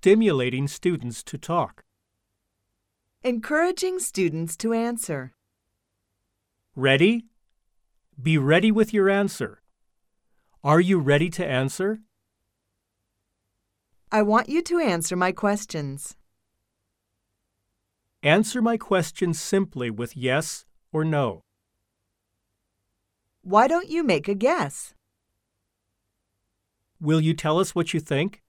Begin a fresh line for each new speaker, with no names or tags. Stimulating students to talk.
Encouraging students to answer.
Ready? Be ready with your answer. Are you ready to answer?
I want you to answer my questions.
Answer my question simply with yes or no.
Why don't you make a guess?
Will you tell us what you think?